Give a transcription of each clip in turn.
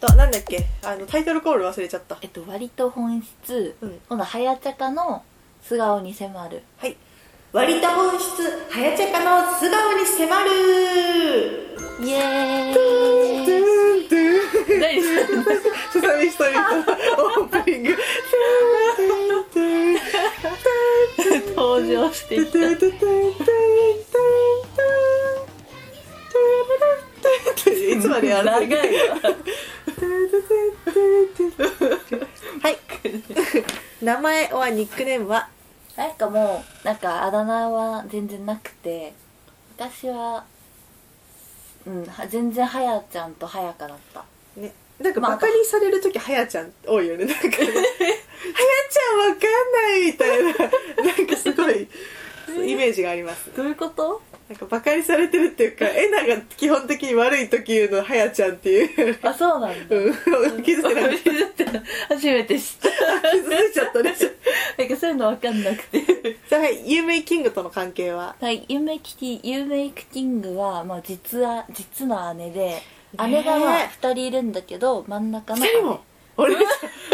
となんだっけあのタイトルコール忘れちゃったえっと割と本質うん今度はやちゃかの素顔に迫るはい割と本質はやちゃかの素顔に迫るイエードゥインドゥン何セサミストリートのオープニング ドゥンドゥン登場してきドゥンドゥンたドゥンドゥンドゥンドゥンドゥンいつまでやら長ないいわはい 名前はニックネームはなんかもうなんかあだ名は全然なくて私はうんは全然はやちゃんとはやかだったねなんかまあバカにされる時はやちゃん多いよねなんかねはやちゃんわかんないみたいななんかすごいイメージがありますどういうことなんかバカにされてるっていうかえなが基本的に悪い時言うのはやちゃんっていうあそう なんだうん気づいてなかっ気づいてな初めて知ったた気づいちゃったねなんかそういうの分かんなくてじゃあはい有名キングとの関係ははいユメイキティユメイクキングは、まあ、実は実の姉で姉がまあね2人いるんだけど真ん中の二人も俺二あれなん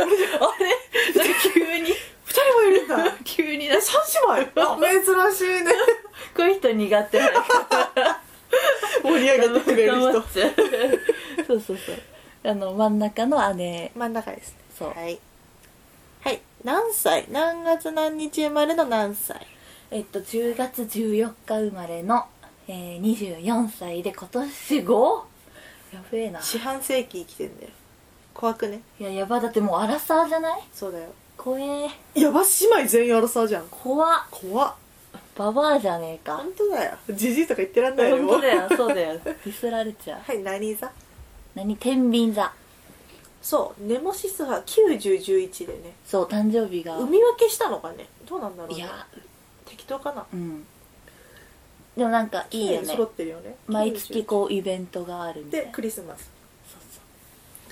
か 急に人もいるんだ急にえな三姉妹 あ珍しいねこういう人苦手盛り上げてくれる人そうそうそうあの真ん中の姉真ん中ですねそうはい、はい、何歳何月何日生まれの何歳えっと10月14日生まれの、えー、24歳で今年 5? やべえな四半世紀生きてんだよ怖くねいややばだってもうアラサーじゃないそうだよ怖えやば姉妹全員争うじゃん怖っ怖っババアじゃねえか本当だよじじいとか言ってらんないよ本当だもよそうだよディスられちゃううはい何座何天秤座そうネモシスは9011でねそう誕生日が産み分けしたのかねどうなんだろう、ね、いや適当かなうんでもなんかいいよ綺麗にね揃ってるよね毎月こうイベントがあるみたいでなクリスマスそう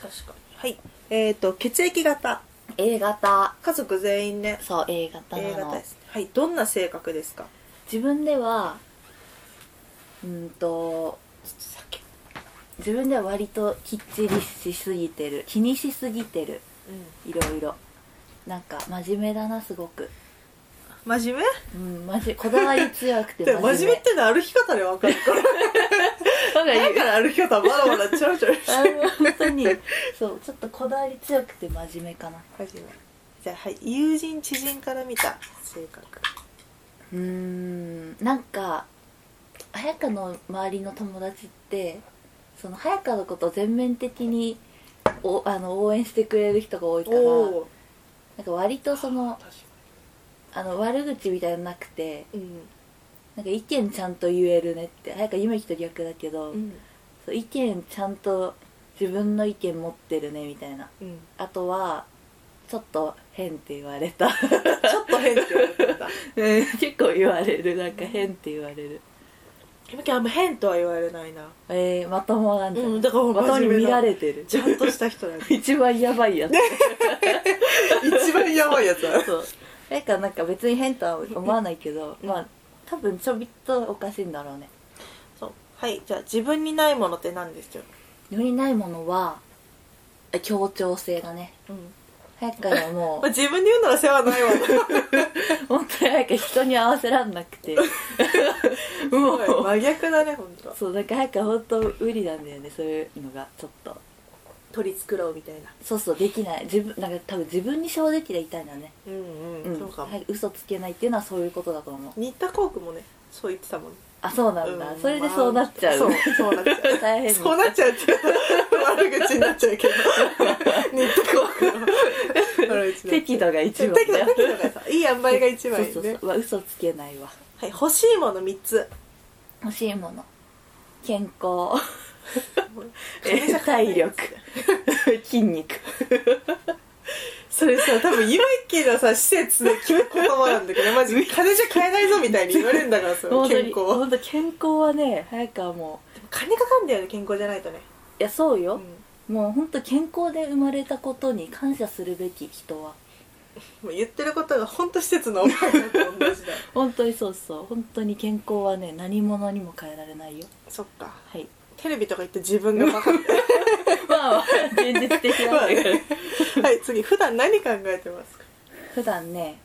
そう確かにはいえっ、ー、と血液型 A 型家族全員ねそう A 型 A な型のですはいどんな性格ですか自分ではうんと自分では割ときっちりしすぎてる気にしすぎてるういろいろなんか真面目だなすごくん真面目うんマジこだわり強くてで真面も目真面目ってのは歩き方で分かるからなんだか言うから歩き 方はまだまだちゃらちゃ らしてあの本当 にそうちょっとこだわり強くて真面目かな真面目じゃあはい友人知人から見た性格うーんなんか早香の周りの友達ってその早香のことを全面的におあの応援してくれる人が多いからおなんか割とその確かあの悪口みたいなのなくてにうんなんか意見ちゃんと言えるねって早香夢きと逆だけど、うんそう意見ちゃんと自分の意見持ってるねみたいなうんあとはちょっと変って言われたちょっと変って言われてたうん結構言われるなんか変って言われる今日あんま変とは言われないなえー、まともなんじゃない、うんだからもうまとも真に面目見なられてるちゃんとした人だよ一番やばいやつ、 一番やばいやつだそうなんかなんか別に変とは思わないけど、まあ多分ちょびっとおかしいんだろうねそうはいじゃあ自分にないものって何ですよ世にないものはえ協調性だねうん早くからもまあ自分で言うなら世話ない わう 本当に早く人に合わせらんな くてもう真逆だね本当。そうなんか早く本当無理なんだよねそういうのがちょっと取り繕うみたいなそうそうできない自分なんか多分自分に正直でいたいんだねうんうん、そうかも、はい嘘つけないっていうのはそういうことだと思う新田航空もねそう言ってたもんねあそうなんだ、んそれでそうなっちゃう、まあそうそうなっちゃ大変うそうなっちゃうって言うと悪口になっちゃうけ ど新田航空の悪口になっちゃう適度が一番適度適度がさいい塩梅が一番いいねそうそうそううわ嘘つけないわはい欲しいもの3つ欲しいもの健康金じゃ買えな 体いや力つ 筋肉それさ多分ゆめっきのさ施設で聞く言葉なんだ けどマジ金じゃ買えないぞみたいに言われるんだからさ本当健に康本当健康はね早川も金かかんだよね健康じゃないとね、ういやそううよ、んもう本当健康で生まれたことに感謝するべき人はもう言ってることが本当施設のおばあちゃんと同 じだ本当にそうそう本当に健康はね何者にも変えられないよそっかはいテレビとか言って自分がバカみたい まあ現実的ななんだけ どはい次普段何考えてますか普段ね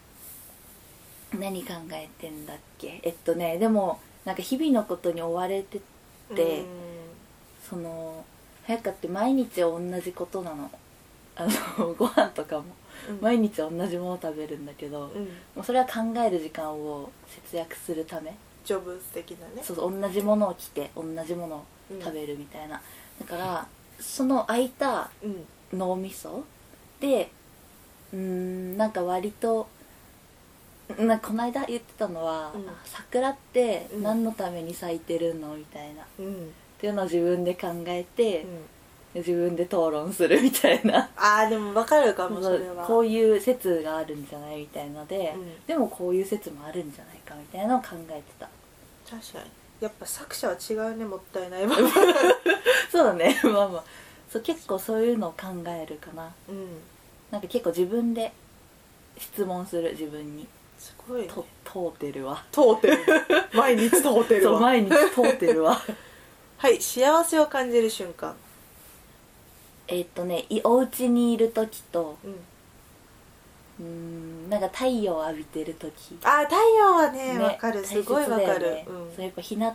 何考えてんだっけえっとねでもなんか日々のことに追われてでうんその早かって毎日同じことなのあの ご飯とかもうん毎日同じもの食べるんだけどうんもうそれは考える時間を節約するためジョブ的なねそうそう同じものを着て同じものを食べるみたいな、だからその空いたうん脳みそでうーんなんか割となんかこの間言ってたのは、うん桜ってうん何のために咲いてるのみたいなっうん、うんていうのを自分で考えて、自分で討論するみたいなああでも分かるかもそれはこういう説があるんじゃないみたいので、うんでもこういう説もあるんじゃないかみたいなのを考えてた確かにやっぱ作者は違うねもったいないわそうだね まあまあそう結構そういうのを考えるかなうんなんか結構自分で質問する自分にすごい、ね、と問うてるわ通って る毎日通ってるそうわ毎日通ってるわはい幸せを感じる瞬間 えっとねいお家にいる時とうんうーんなんか太陽を浴びてる時あー太陽はねわ、かる大す切ごいわかだよる、ねうんそうやっぱ日向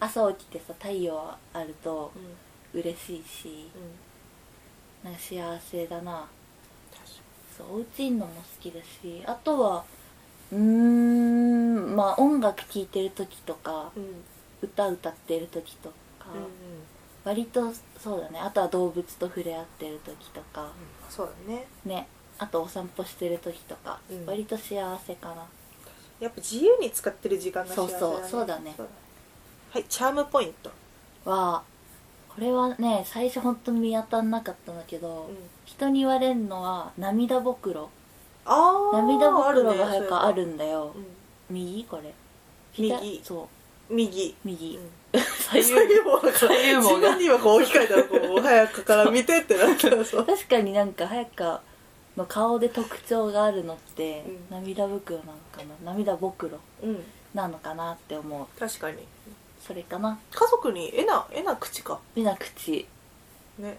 朝起きてさ太陽あるとうん嬉しいしうんなんか幸せだな確かそうお家いんのも好きだしあとはうーんまあ音楽聴いてる時とかにうん歌歌ってる時とか、割とそうだねあとは動物と触れ合ってる時とか、そうだねねあとお散歩してる時とか、うん割と幸せかなやっぱ自由に使ってる時間が幸せだねそうそうそうだねはいチャームポイント、はこれはね最初本当に見当たんなかったんだけど、うん人に言われるのは涙袋ああ涙袋が早るねくあるんだよ、そういえば右これ右左そううん右右、 うん左右左右もだから左右自もが分にはこう置き換えたらこう早くから見てってなったら そう確かになんか早川の顔で特徴があるのって、うん涙袋なのかな涙袋うんなのかなって思う確かにそれかな家族にえなえな口か目な口ね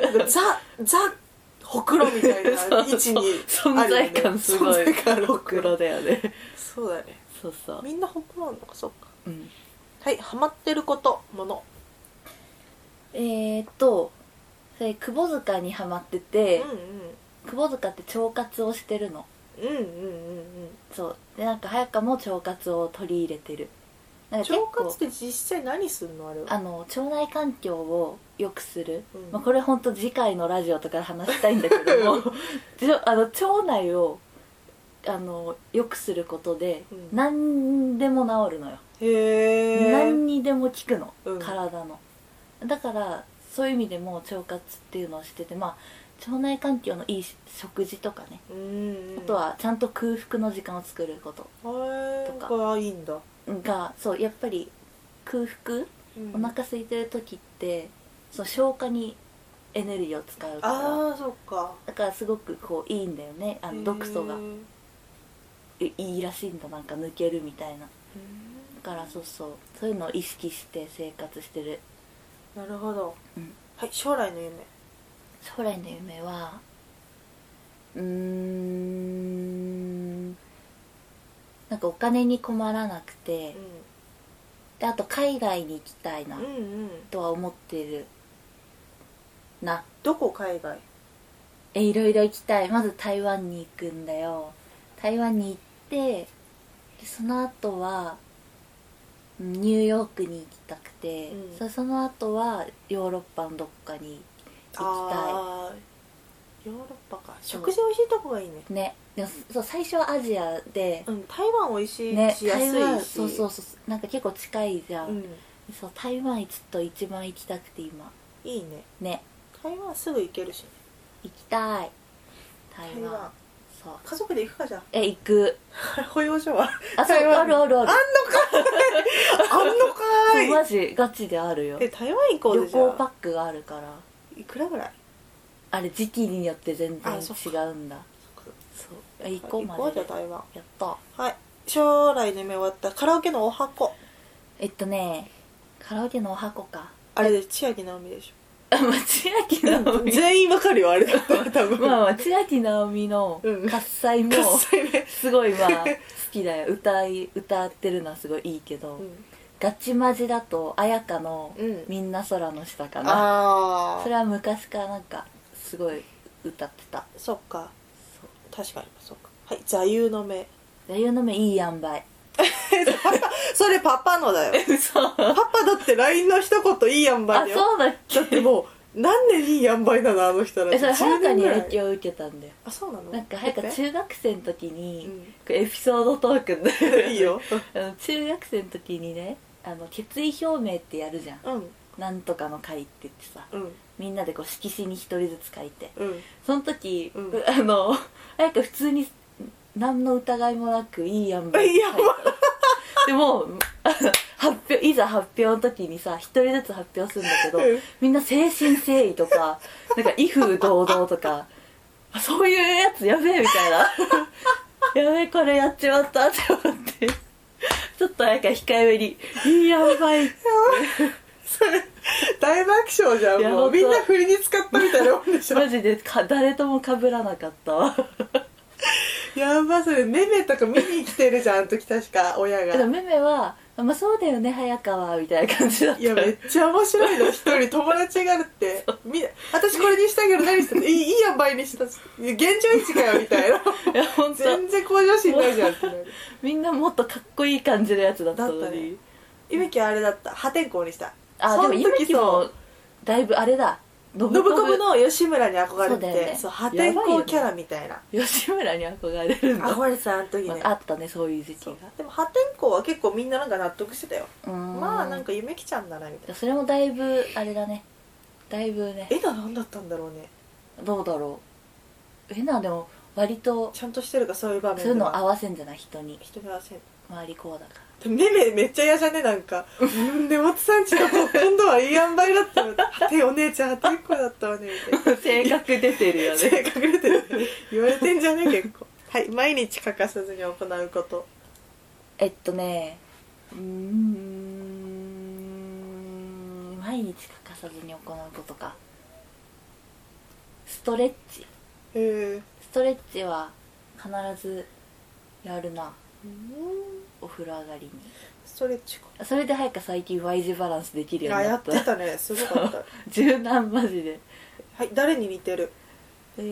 なん かザザほくろみたい な位置にそうあるよね存在感すごい存在感あるほく袋ろだよねそうだねそうそう、みんなほくろあんのかそっかうん、はいハマってることものえー、っとそれ窪塚にハマってうて、ん窪塚って腸活をしてるのうんうんうんうんそうでなんか早川も腸活を取り入れてるなんか結腸構活って実際何するのあれはあの腸内環境を良くする、うんまあ、これ本当次回のラジオとかで話したいんだけど もちょあの腸内をあの良くすることで、うん何でも治るのよ、へえ何にでも効くの、うん体のだからそういう意味でも腸活っていうのをしててまあ腸内環境のいい食事とかね、うんあとはちゃんと空腹の時間を作ることへえとかがいいんだがそうやっぱり空腹お腹空いてる時ってその消化にエネルギーを使うからああそっかだからすごくこういいんだよねあへのー毒素がうんいいいらしいんだなんか抜けるみたいなだからそうそうそういうのを意識して生活してるなるほどうんはい将来の夢将来の夢はうーんなんかお金に困らなくてであと海外に行きたいなうんうんうんとは思ってるなどこ海外えいろいろ行きたいまず台湾に行くんだよ台湾に行ってでその後はうんニューヨークに行きたくて、うんそその後はヨーロッパのどっかに行あーヨーロッパか食事美味しいとこがいいねきたいねでもそう最初はアジアで、うん台湾美味しいし、ね台安湾いしそうそうそうなんか結構近いじゃん、うんそう台湾ちょっと一番行きたくて今いいねね台湾すぐ行けるしね行きたい台台湾湾そう家族で行くかじ ゃえ行くあ保養所はあそう台湾あるあるあるあんのかそうーいマジガチであるよえ台湾行こう旅でじゃあ行パックがあるからいくらぐらいあれ時期によって全然あ違そっかうんだそっかそう行こうま行こうじでゃあ台湾やったはい将来の夢終わったカラオケのお箱えっとねカラオケのお箱かあれで千秋直美でしあ松明直ょ美全員わかるよあれだったら多分まあ松明直美のうん喝采も喝采ねすごいまあ好きだよ歌い歌ってるのはすごいいいけど、ガチマジだと綾香のうん「みんな空の下」かな、あそれは昔からなんかすごい歌ってたそっかそう確かにそうかはい座右の銘座右の目いい塩梅それパパのだよ嘘あパパだって LINE の一言いいやんばいだよそうだっだってけもう何年いいやんばいなのあの人らえそれ10早香年にぐらい影響を受けたんだよあそうなのなんか早香中学生の時うに、んこれエピソードトークになるいいよ あの中学生の時にねあの決意表明ってやるじゃんうんなんとかの会って言ってさうんみんなでこう色紙に一人ずつ書いてうんその時、うんうあの綾香普通に何の疑いもなくいいやんばいい塩梅でもあの発表いざ発表の時にさ一人ずつ発表するんだけど、うんみんな精神誠意とかなんか威風堂々とかあそういうやつやべえみ たいなやべえこれやっちまったって思ってちょっとなんか控えめに「いいやばい」それ大爆笑じゃんいやもう本当みんな振りに使ったみたいなもんでしょ マジでか誰とも被らなかったわやばそれめめとか見に来てるじゃんあの時確か親でもがめめは「まあそうだよね早川」みたいな感じだったいやめっちゃ面白いの一人友達があるってみ私これにしたけど何したのいいいいやんばいにしたっつっていや現状維持かよみたいないや本当全然向上心ないじゃんってなるみんなもっとかっこいい感じのやつだったのだったねに。いぶきはあれだった破天荒にしたあそでのも時ゆきそもだいぶあれだ信信子の吉村に憧れそうだてよてねそう破天荒キャラみたいな吉村に憧れるんだ、憧れてたあの時ねまあ、あったねそういう時期がでも破天荒は結構みんななんか納得してたようーんまあなんか夢きちゃんだなみたいなそれもだいぶあれだねだいぶね絵が何だったんだろうねどうだろうえなでも割とちゃんとしてるかそういう場面そういうの合わわせんじゃない人に人に合わせん周りこうだからでもめめめっちゃ嫌じゃねなんか「うん根本さんちのと今度はいい塩梅だったわ」「てお姉ちゃん破天荒だったわね」みたいな 性格出てるよ性格出てるね言われてんじゃね結構はい毎日欠かさずに行うことえっとねうーん毎日欠かさずに行うことかストレッチへえストレッチは必ずやるなうんお風呂上がりにストレッチかそれで早く最近 Y 字バランスできいるようやになやっったてたねすごかった柔軟マジではい誰に似てるえ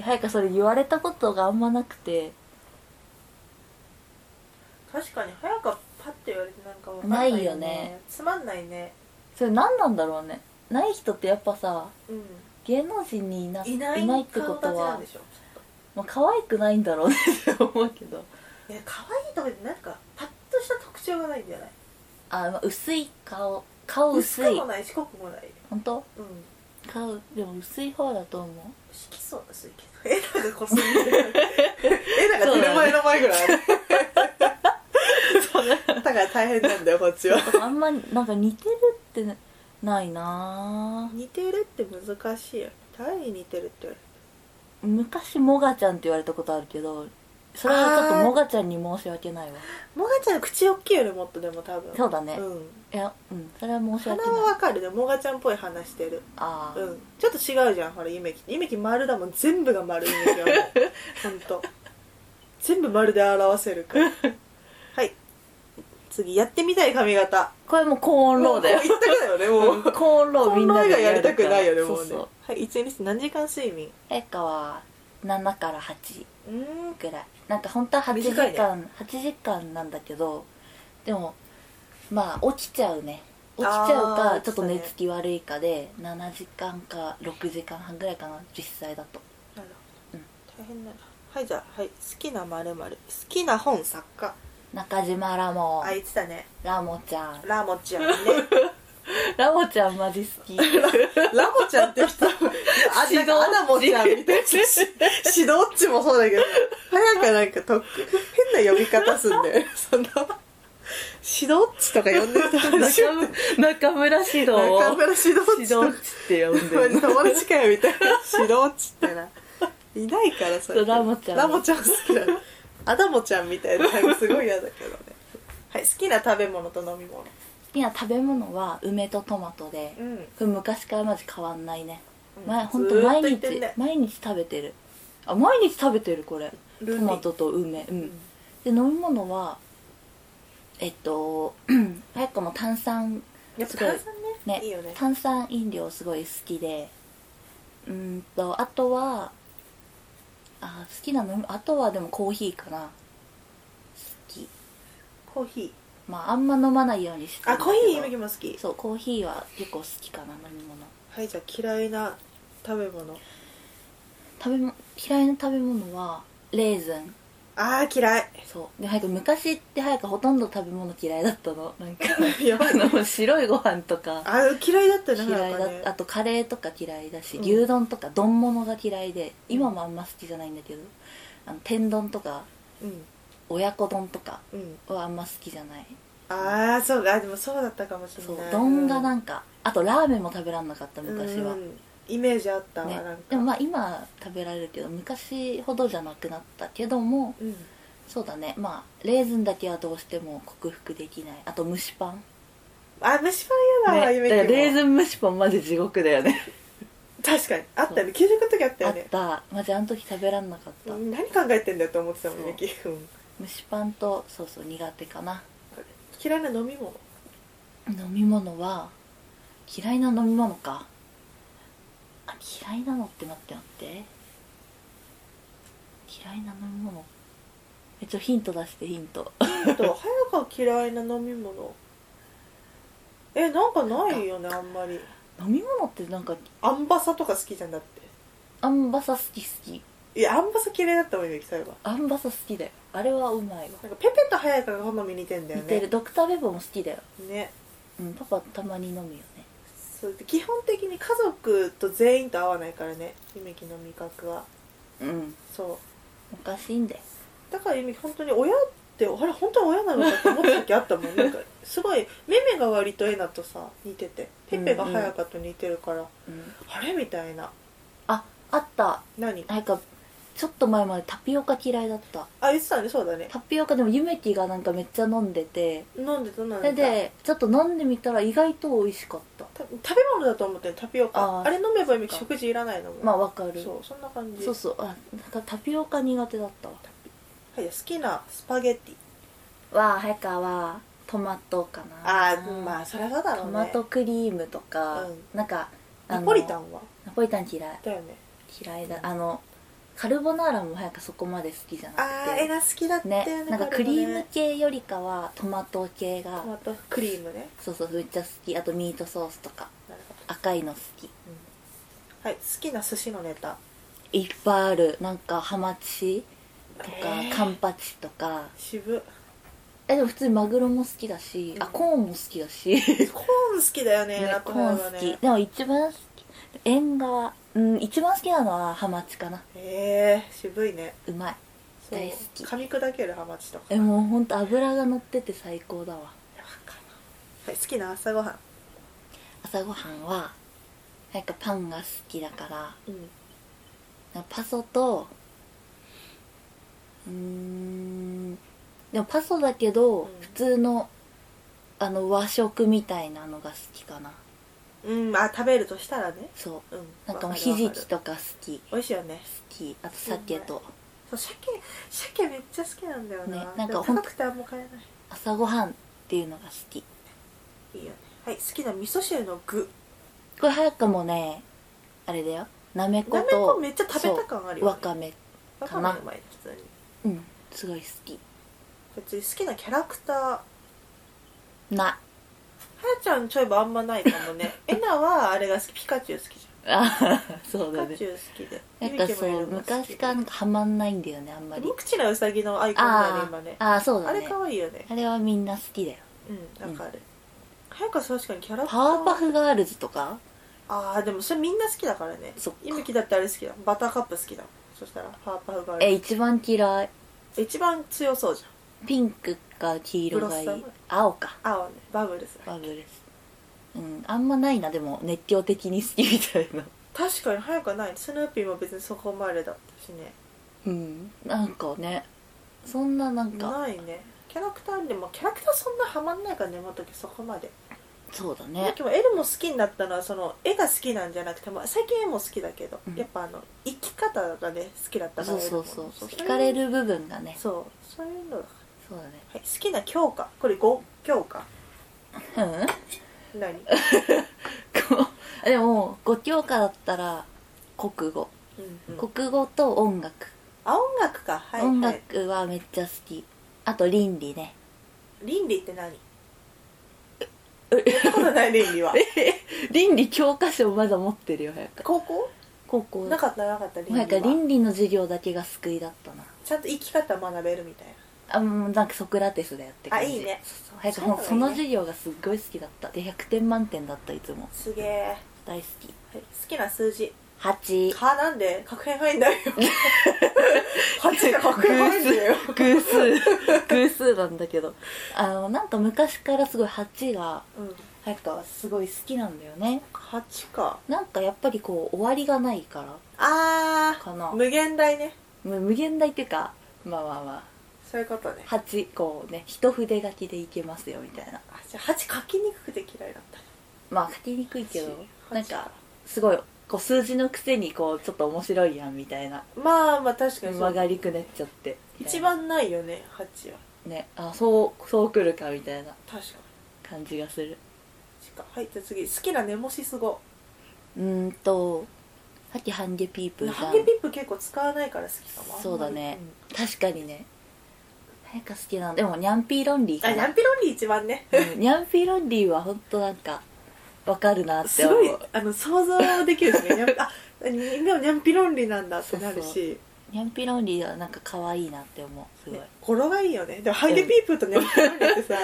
ー、早くそれ言われたことがあんまなくて確かに早くパッて言われてなんかわかんないよねないよねつまんないねそれ何なんだろうねない人ってやっぱさうん芸能人にいないいないってこと顔立ちなはんでしょまあ、可愛くないんだろうねって思うけどいや可愛いとかでなんかパッとした特徴がないんじゃないあ、まあ、薄い顔顔薄薄くいもないし濃くもない本当うん顔でも薄い方だと思う色素が薄いけど 絵なんか濃すぎ る絵なんか手前の前ぐらいある だから大変なんだよこっちはあんまなんか似てるってなないなぁ似てるって難しいよ誰に似てるって言われる昔モガちゃんって言われたことあるけどそれはちょっとモガちゃんに申し訳ないわもがちゃん口大きいよりもっとでも多分そうだね、うんいやうんそれは申し鼻訳はないわかるでももがちゃんっぽい鼻してるああ、うんちょっと違うじゃんほらゆめきゆめき丸だもん全部が丸ゆめきはもうほん と全部丸で表せるからはい次やってみたい髪型これもうコーンローだよもうこう言ったくないよねもうコーンローこみんんななでがやりるたかくらないよねもうねそうそうはい一日何時間睡眠陛下は7から8うーんぐらいなんか本当は8時短いね間、8時間なんだけどでもまあ起きちゃうね起きちゃうあかーちょっと寝起きつき悪いかで7時間か6時間半ぐらいかな実際だとなるうほどん大変だなはいじゃあはい好きなまる好きな本作家中島ラモあ言ってたねラモちゃんラモちゃんねラモちゃんマジ好 きラモちゃんって人あ指導アナモちゃんみたいなし指導っちもそうだけど早くなんかとっ変な呼び方すんだよねその指導っちとか呼んでた話中中村指導を中村指導っ指ち導っちって呼んでる友達かよみたいな指導っちってないないからそそうラモちゃんラモちゃん好きなのアダモちゃんみたいなのすごい嫌だけどねはい好きな食べ物と飲み物好きな食べ物は梅とトマトで、うこんれ昔からまず変わんないね、前うんほんずとーっ毎と言っ日、てんね毎日食べてるあ毎日食べてるこれトルーマトと梅うん、で飲み物はえっと 早くも炭酸やっぱすごい炭酸ねねいいよね炭酸飲料すごい好きでうーんとあとはあ好きな飲みあとはでもコーヒーかな好きコーヒまああんま飲まないようにしてーあるんだけコどーヒーゆめきも好きそうコーヒーは結構好きかな飲み物はいじゃあ嫌いな食べ物食べも嫌いな食べ物はレーズンああ嫌いそうで早く昔って早くほとんど食べ物嫌いだったのなんか やばいあの白いご飯とかあ嫌いだったね嫌いだなっんかねあとカレーとか嫌いだし、うん牛丼とか丼物が嫌いで今もあんま好きじゃないんだけどあの天丼とかうん親子丼とかうんはあんま好きじゃないああそうかあでもそうだったかもしれそうない丼がなうんんかあとラーメンも食べらんなかった昔は、うんイメージあったわねなん、でかもまあ今食べられるけど昔ほどじゃなくなったけどもうんそうだねまあレーズンだけはどうしても克服できないあと蒸しパン、あ虫歯嫌だわね、ゆだからめきもレーズン蒸しパンマジ地獄だよね確かにあったよね給食の時あったあよっねたマジあの時食べらんなかった、うん何考えてんだよって思ってたもんねそうきうん蒸しパンとそうそう苦手かな嫌いな飲み物飲み物は嫌いな飲み物かあ嫌いなのって待って待って嫌いな飲み物えちょヒント出してヒントえっと早川嫌いな飲み物えなんかないよねあんまり飲み物ってなんかアンバサとか好きじゃんだっアンバサ好き好きていやアンバサ嫌いだったもんゆめきそういえばアンバサ好きだよあれはうまいなわんかペペと早川が好み似てんだよ似ねてるドクターベボも好きだよねうんパパたまに飲むよねそうで基本的に家族と全員と合わないからねゆめきの味覚はうんそうおかしいんだよだからゆめき本当に親ってあれ本当に親なのかって思った時あったも んなんかすごいメメが割とえなとさ似ててペペが早川と似てるから、うんあれみたいなああった何なんかちょっと前までタピオカ嫌いだったあ言ってたねそうだねタピオカでもゆめきがなんかめっちゃ飲んでて飲んでた飲んでたそれでちょっと飲んでみたら意外と美味しかったた食べ物だと思ってるタピオカああーれ飲めばゆめきそっか食事いらないのもんまあわかるそうそんな感じそうそうあなんかタピオカ苦手だったわはい、好きなスパゲッティわあ早川はトマトかなああまあそりゃそうだろうトねマトクリームとか、うんなんかあナのポリタンはナポリタン嫌いだよね嫌いだあのカルボナーラも早くそこまで好きじゃなあくーてえな好きだったよねねなんかこクれもねリーム系よりかはトマト系がトマトクリームねそうそうめっちゃ好きあとミートソースとかなるほど赤いの好きはい好きな寿司のネタいっぱいあるなんかハマチとか、えーカンパチとか渋えでも普通にマグロも好きだし、あうんコーンも好きだ し、コーン好きだよねねナコポーはン好き、ねでも一番好き縁側うん一番好きなのはハマチかなえー、渋いねうまいそう大好き噛み砕けるハマチとかえもうほんと脂が乗ってて最高だわはい、好きな朝ごはん、朝ごはんはなんかパンが好きだからうん、なんかパソとうーんでもパソだけど、うん普通のあの和食みたいなのが好きかなうん、あ食べるとしたらねそううんなんわかもうるひじわきるとか好き好美味しいよねきあと鮭とそう鮭鮭めっちゃ好きなんだよな,、ねなんかでもほん高くてあんま買えな朝ごはんっていうのが好きいいいよねはい好きな味噌汁の具これ早くもねあれだよなめこなめことめっちゃ食べた感あるよ、ね、わかめわかかなめうまい普通にうんすごい好き別に好きなキャラクターは なやちゃんちょいばあんまないかも ねえなはあれが好きピカチュウ好きじあそゃうんだピカねチュウ好きでなんかゆみきもそやうるの好き昔からなんかハマんないんだよねあんまり無口なウサギのアイコンだよねあ今ねああそうあだれね可愛いよねあれはみんな好きだようんわかる、早川確かにキャラクターパワーパフガールズとかああでもそれみんな好きだからねそっかゆみきだってあれ好きだバターカップ好きだもんそしたらパワーパフがあえる一番嫌い一番強そうじピンクか黄色がいブロッいサム青かゃん青ねバブルスバブルスうんあんまないなでも熱狂的に好きみたいな確かに早くはないスヌーピーも別にそこまでだったししねうんなんかねそんななんかないねキャラクターでもキャラクターそんなハマんないからね元木そこまでそうだでねもエルも好きになったのはその絵が好きなんじゃなくても最近絵も好きだけど、うんやっぱあの生き方がね好きだったかそらうエルそもうそうそう惹かれる部分がねそうそういうのだ、はそうだねい、好きな教科これ5教科うん何こう でも5教科だったら国語うん、うん、国語と音楽、あ音楽かはい、はい、音楽はめっちゃ好きあと倫理ね倫理って何やったことない倫理は倫理教科書まだ持ってるよ早く高校高校なかったなかった倫なんか理は倫理の授業だけが救いだったなちゃんと生き方学べるみたいなあもうなんかソクラテスだよって感じあいいねそうそう早くそういうのもがういいねその授業がすっごい好きだったで100点満点だったいつもすげえ、はい、大好き好きな数字8はなんで確変入ん ないよ8が確変入んないよ偶数偶数なんだけどあのなんか昔からすごい8がうん早川はすごい好きなんだよね8かなんかやっぱりこう終わりがないからあかーな無限大ねむ無限大っていうかまあまあまそういうことねあ8こうね一筆書きでいけますよみたいなあじゃあ8書きにくくて嫌いだったまあ書きにくいけど8なんかすごいこう数字のくせにこうちょっと面白いやんみたいなまあまあ確かにそ曲うがりくねっちゃって一番ないよね8はねあそうそうくるかみたいな確かに感じがする8かはいじゃあ次好きなネモシス語うーんとさっきハンゲピープーハさンんゲピップ結構使わないから好きかもそうだねん確かにね早く好きなのでもニャンピーロンリーあかニャなンピロンリー一番ねうんニャンピーロンリーは本当なんかわかるなってす思ごういあの想像できるしねニャ ンあみんなもニャンピロンリーなんだってなるそうしニャンピーロンリーはなんか可愛いなって思うすごいね語呂がいいよねでもハイデピープとニャンピロンリーってさ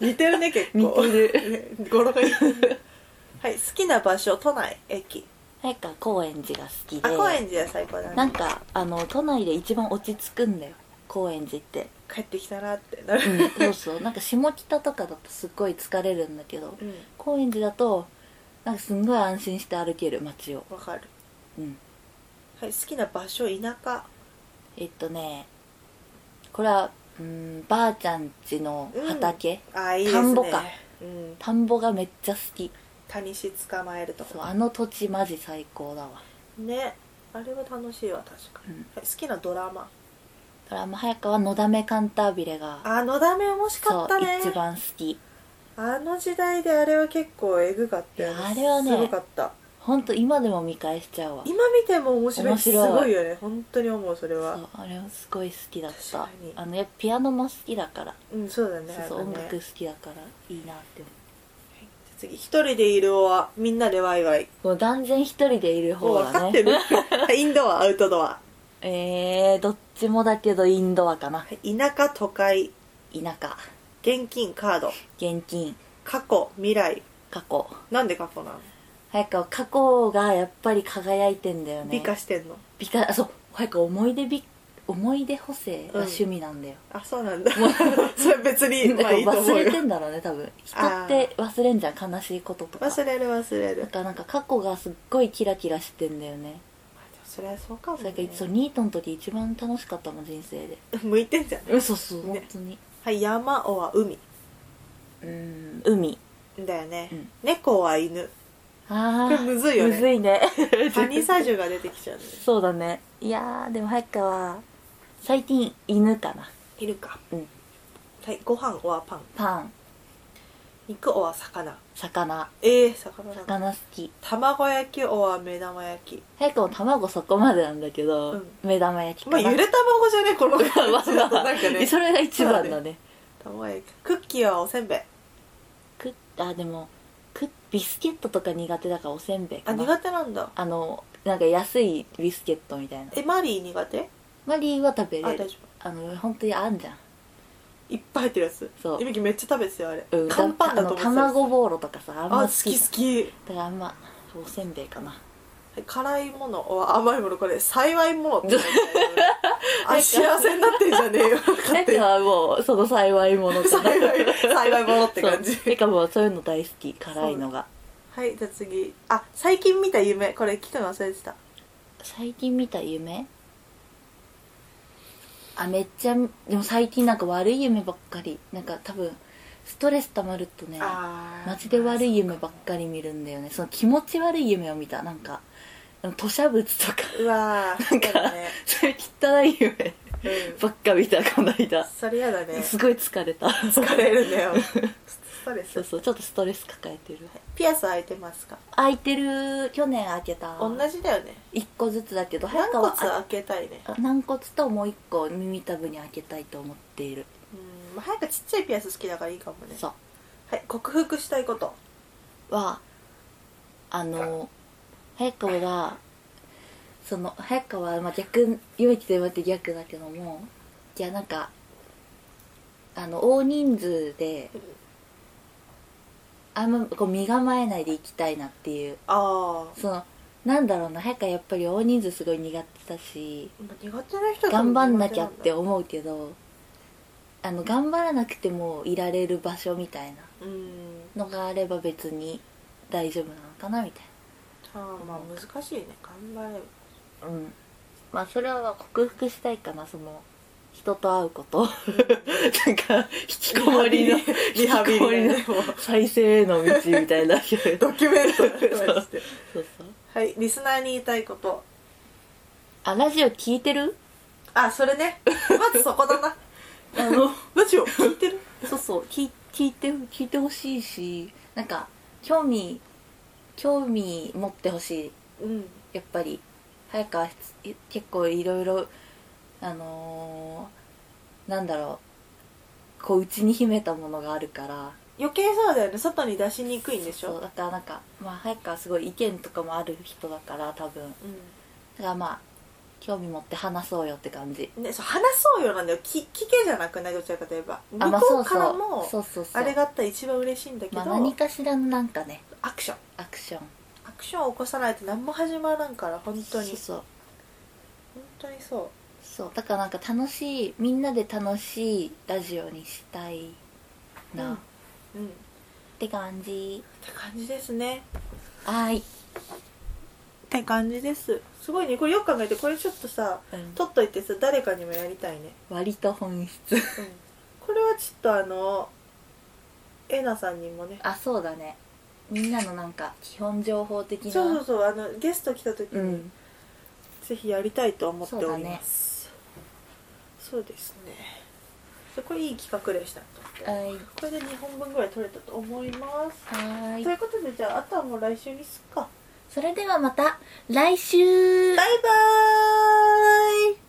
似てる ね結似構てるね語呂がいいはい好きな場所都内駅早川高円寺が好きあで高円寺は最高だねなんかあの都内で一番落ち着くんだよ高円寺って帰ってきたなってなるうん、そうそうなんか下北とかだとすっごい疲れるんだけどうん高円寺だとなんかすんごい安心して歩ける街をわかるうんはい好きな場所田舎えっとねこれはうんばあちゃんちの畑、あいいですね田んぼかうん田んぼがめっちゃ好きタニシ捕まえるとそうこあの土地マジ最高だわねあれは楽しいわ確かにうんはい好きなドラマだからもう早川は「のだめカンタービレが」あのダメ面しかそうったね一番好きあの時代であれは結構えぐかったよいやあれはねすごかったほんと今でも見返しちゃうわ今見ても面白い面白いすごいよね本当に思うそれはそうあれはすごい好きだった確かにあのやっぱピアノも好きだから、うんそうだねそうそうあの音ね楽好きだからいいなって思う次一人でいるはみんなでワイワイもう断然一人でいるも方う分かがってねる インドアアウトドアえー、どっちもだけどインドアかな田舎都会田舎現金カード現金過去未来過去なんで過去なの、早川過去がやっぱり輝いてんだよね美化してんの美化あそう早川思い出美思い出補正が趣味なんだよ、あそうなんだ それ別にだまかあらいいと思忘うれよてんだろうね多分人って忘れんじゃん悲しいこととか忘れる忘れだるからなんか過去がすっごいキラキラしてんだよねそれはそうかも、それねか、そうニートの時一番楽しかったもん人生で向いてんじゃん嘘そうね本当にはい山は海うん海だよね、うん猫は 犬ああこれむずいよねむず いねハニサジュが出てきちゃうねそうだねいやーでも早川は最近犬かないるかうんはいご飯はパンパン肉は魚魚えー、魚なんだ魚好き卵焼きは目玉焼き早川も卵そこまでなんだけど、うん目玉焼きかまあなゆで卵じゃねこの ま感あじ まだあとなんかねそれが一番だね卵焼きクッキーはおせんべいクッあでもクッビスケットとか苦手だからおせんべいあかな苦手なんだあのなんか安いビスケットみたいなえマリー苦手マリーは食べあ大れ丈るあの本当にあんじゃん夫いっぱい入ってるやつそうゆみきめっちゃ食べてたよあれ、うん乾パンだと思ってあたの卵ボーロとかさあんまあ好好ききじゃん好きだからあんまおせんべいかな辛いものお甘いものこれ幸いも のって書いてあるあ幸せになってんじゃねえよなん勝手にかもうその 幸いものかな幸い幸いものって感じそうてかもうそういうの大好き辛いのがはいじゃあ次あ最近見た夢これ聞くの忘れてた最近見た夢あめっちゃでも最近なんか悪い夢ばっかりなんか多分ストレス溜まるとねあーマジで悪い夢ばっかり見るんだよねその気持ち悪い夢を見たなんか吐砂物とか うわーなんかそうだね、そういう汚い夢うばっか見たこの間ん、それやだねすごい疲れた疲れるんだ よストレそうスそうちょっとストレス抱えてるピアス開いてますか開いてる去年開けた同じだよね1個ずつだけど軟早骨川開けたいねあ軟骨ともう1個耳たぶに開けたいと思っているうんまあ早くちっちゃいピアス好きだからいいかもねそはい克服したいことうはあの早川がその早川はまあ逆夢吉と夢って逆だけどもいやなんかあの大人数であんまこう身構えないで行きたいなっていうああそのなんだろうな早川やっぱり大人数すごい苦手だし苦手な人は多分頑張んなきゃって苦思うけどあの頑張らなくてもいられる場所みたいな手なんだのがあれば別に大丈夫なのかなみたいうんあーまあ難しいね頑張れるなうんまあそれは克服したいかなその人と会うこと なんか引きこも りのリハビリリハビリ引きこもりの再生への道みたい なそうそうドキュメントだねマジでそうはいリスナーに言いたいことあラジオ聞いてるあそれ ねまずそこだなあのラジオ聞いてるそうそう聞い聞いて聞いてほしいしなんか興味興味持ってほしいうんやっぱり早川はえ結構いろいろあのーなんだろうこううちに秘めたものがあるから余計そうだよね外に出しにくいんでしそうょだからなんか、まあ、早川すごい意見とかもある人だから多分だからまあ興味持って話そうよって感じうんね、そう話そうよなんだよき聞けじゃなくないどちらかといえばあ向まあこそううかそうらもそうそうそあうれがあったら一番嬉しいんだけまど、あ、何かしらのなんかねアクションアクションアクションを起こさないと何も始まらんから本当にそ本うそう当にそそうだからなんか楽しいみんなで楽しいラジオにしたいな、うんっううんって感じて感じですねはい、って感じですすごいねこれよく考えてこれちょっとさうん取っといてさ誰かにもやりたいね、割と本質うん、これはちょっとあのえなさんにもね あそうだねみんなのなんか基本情報的なそうそうそうあのゲスト来た時に、うんぜひやりたいと思っておりますそう,、ですねでこれいい企画でしたと思ってはいこれで2本分ぐらい取れたと思いますとはーいいうことでじゃああとはもう来週にすっかそれではまた来週バイバーイ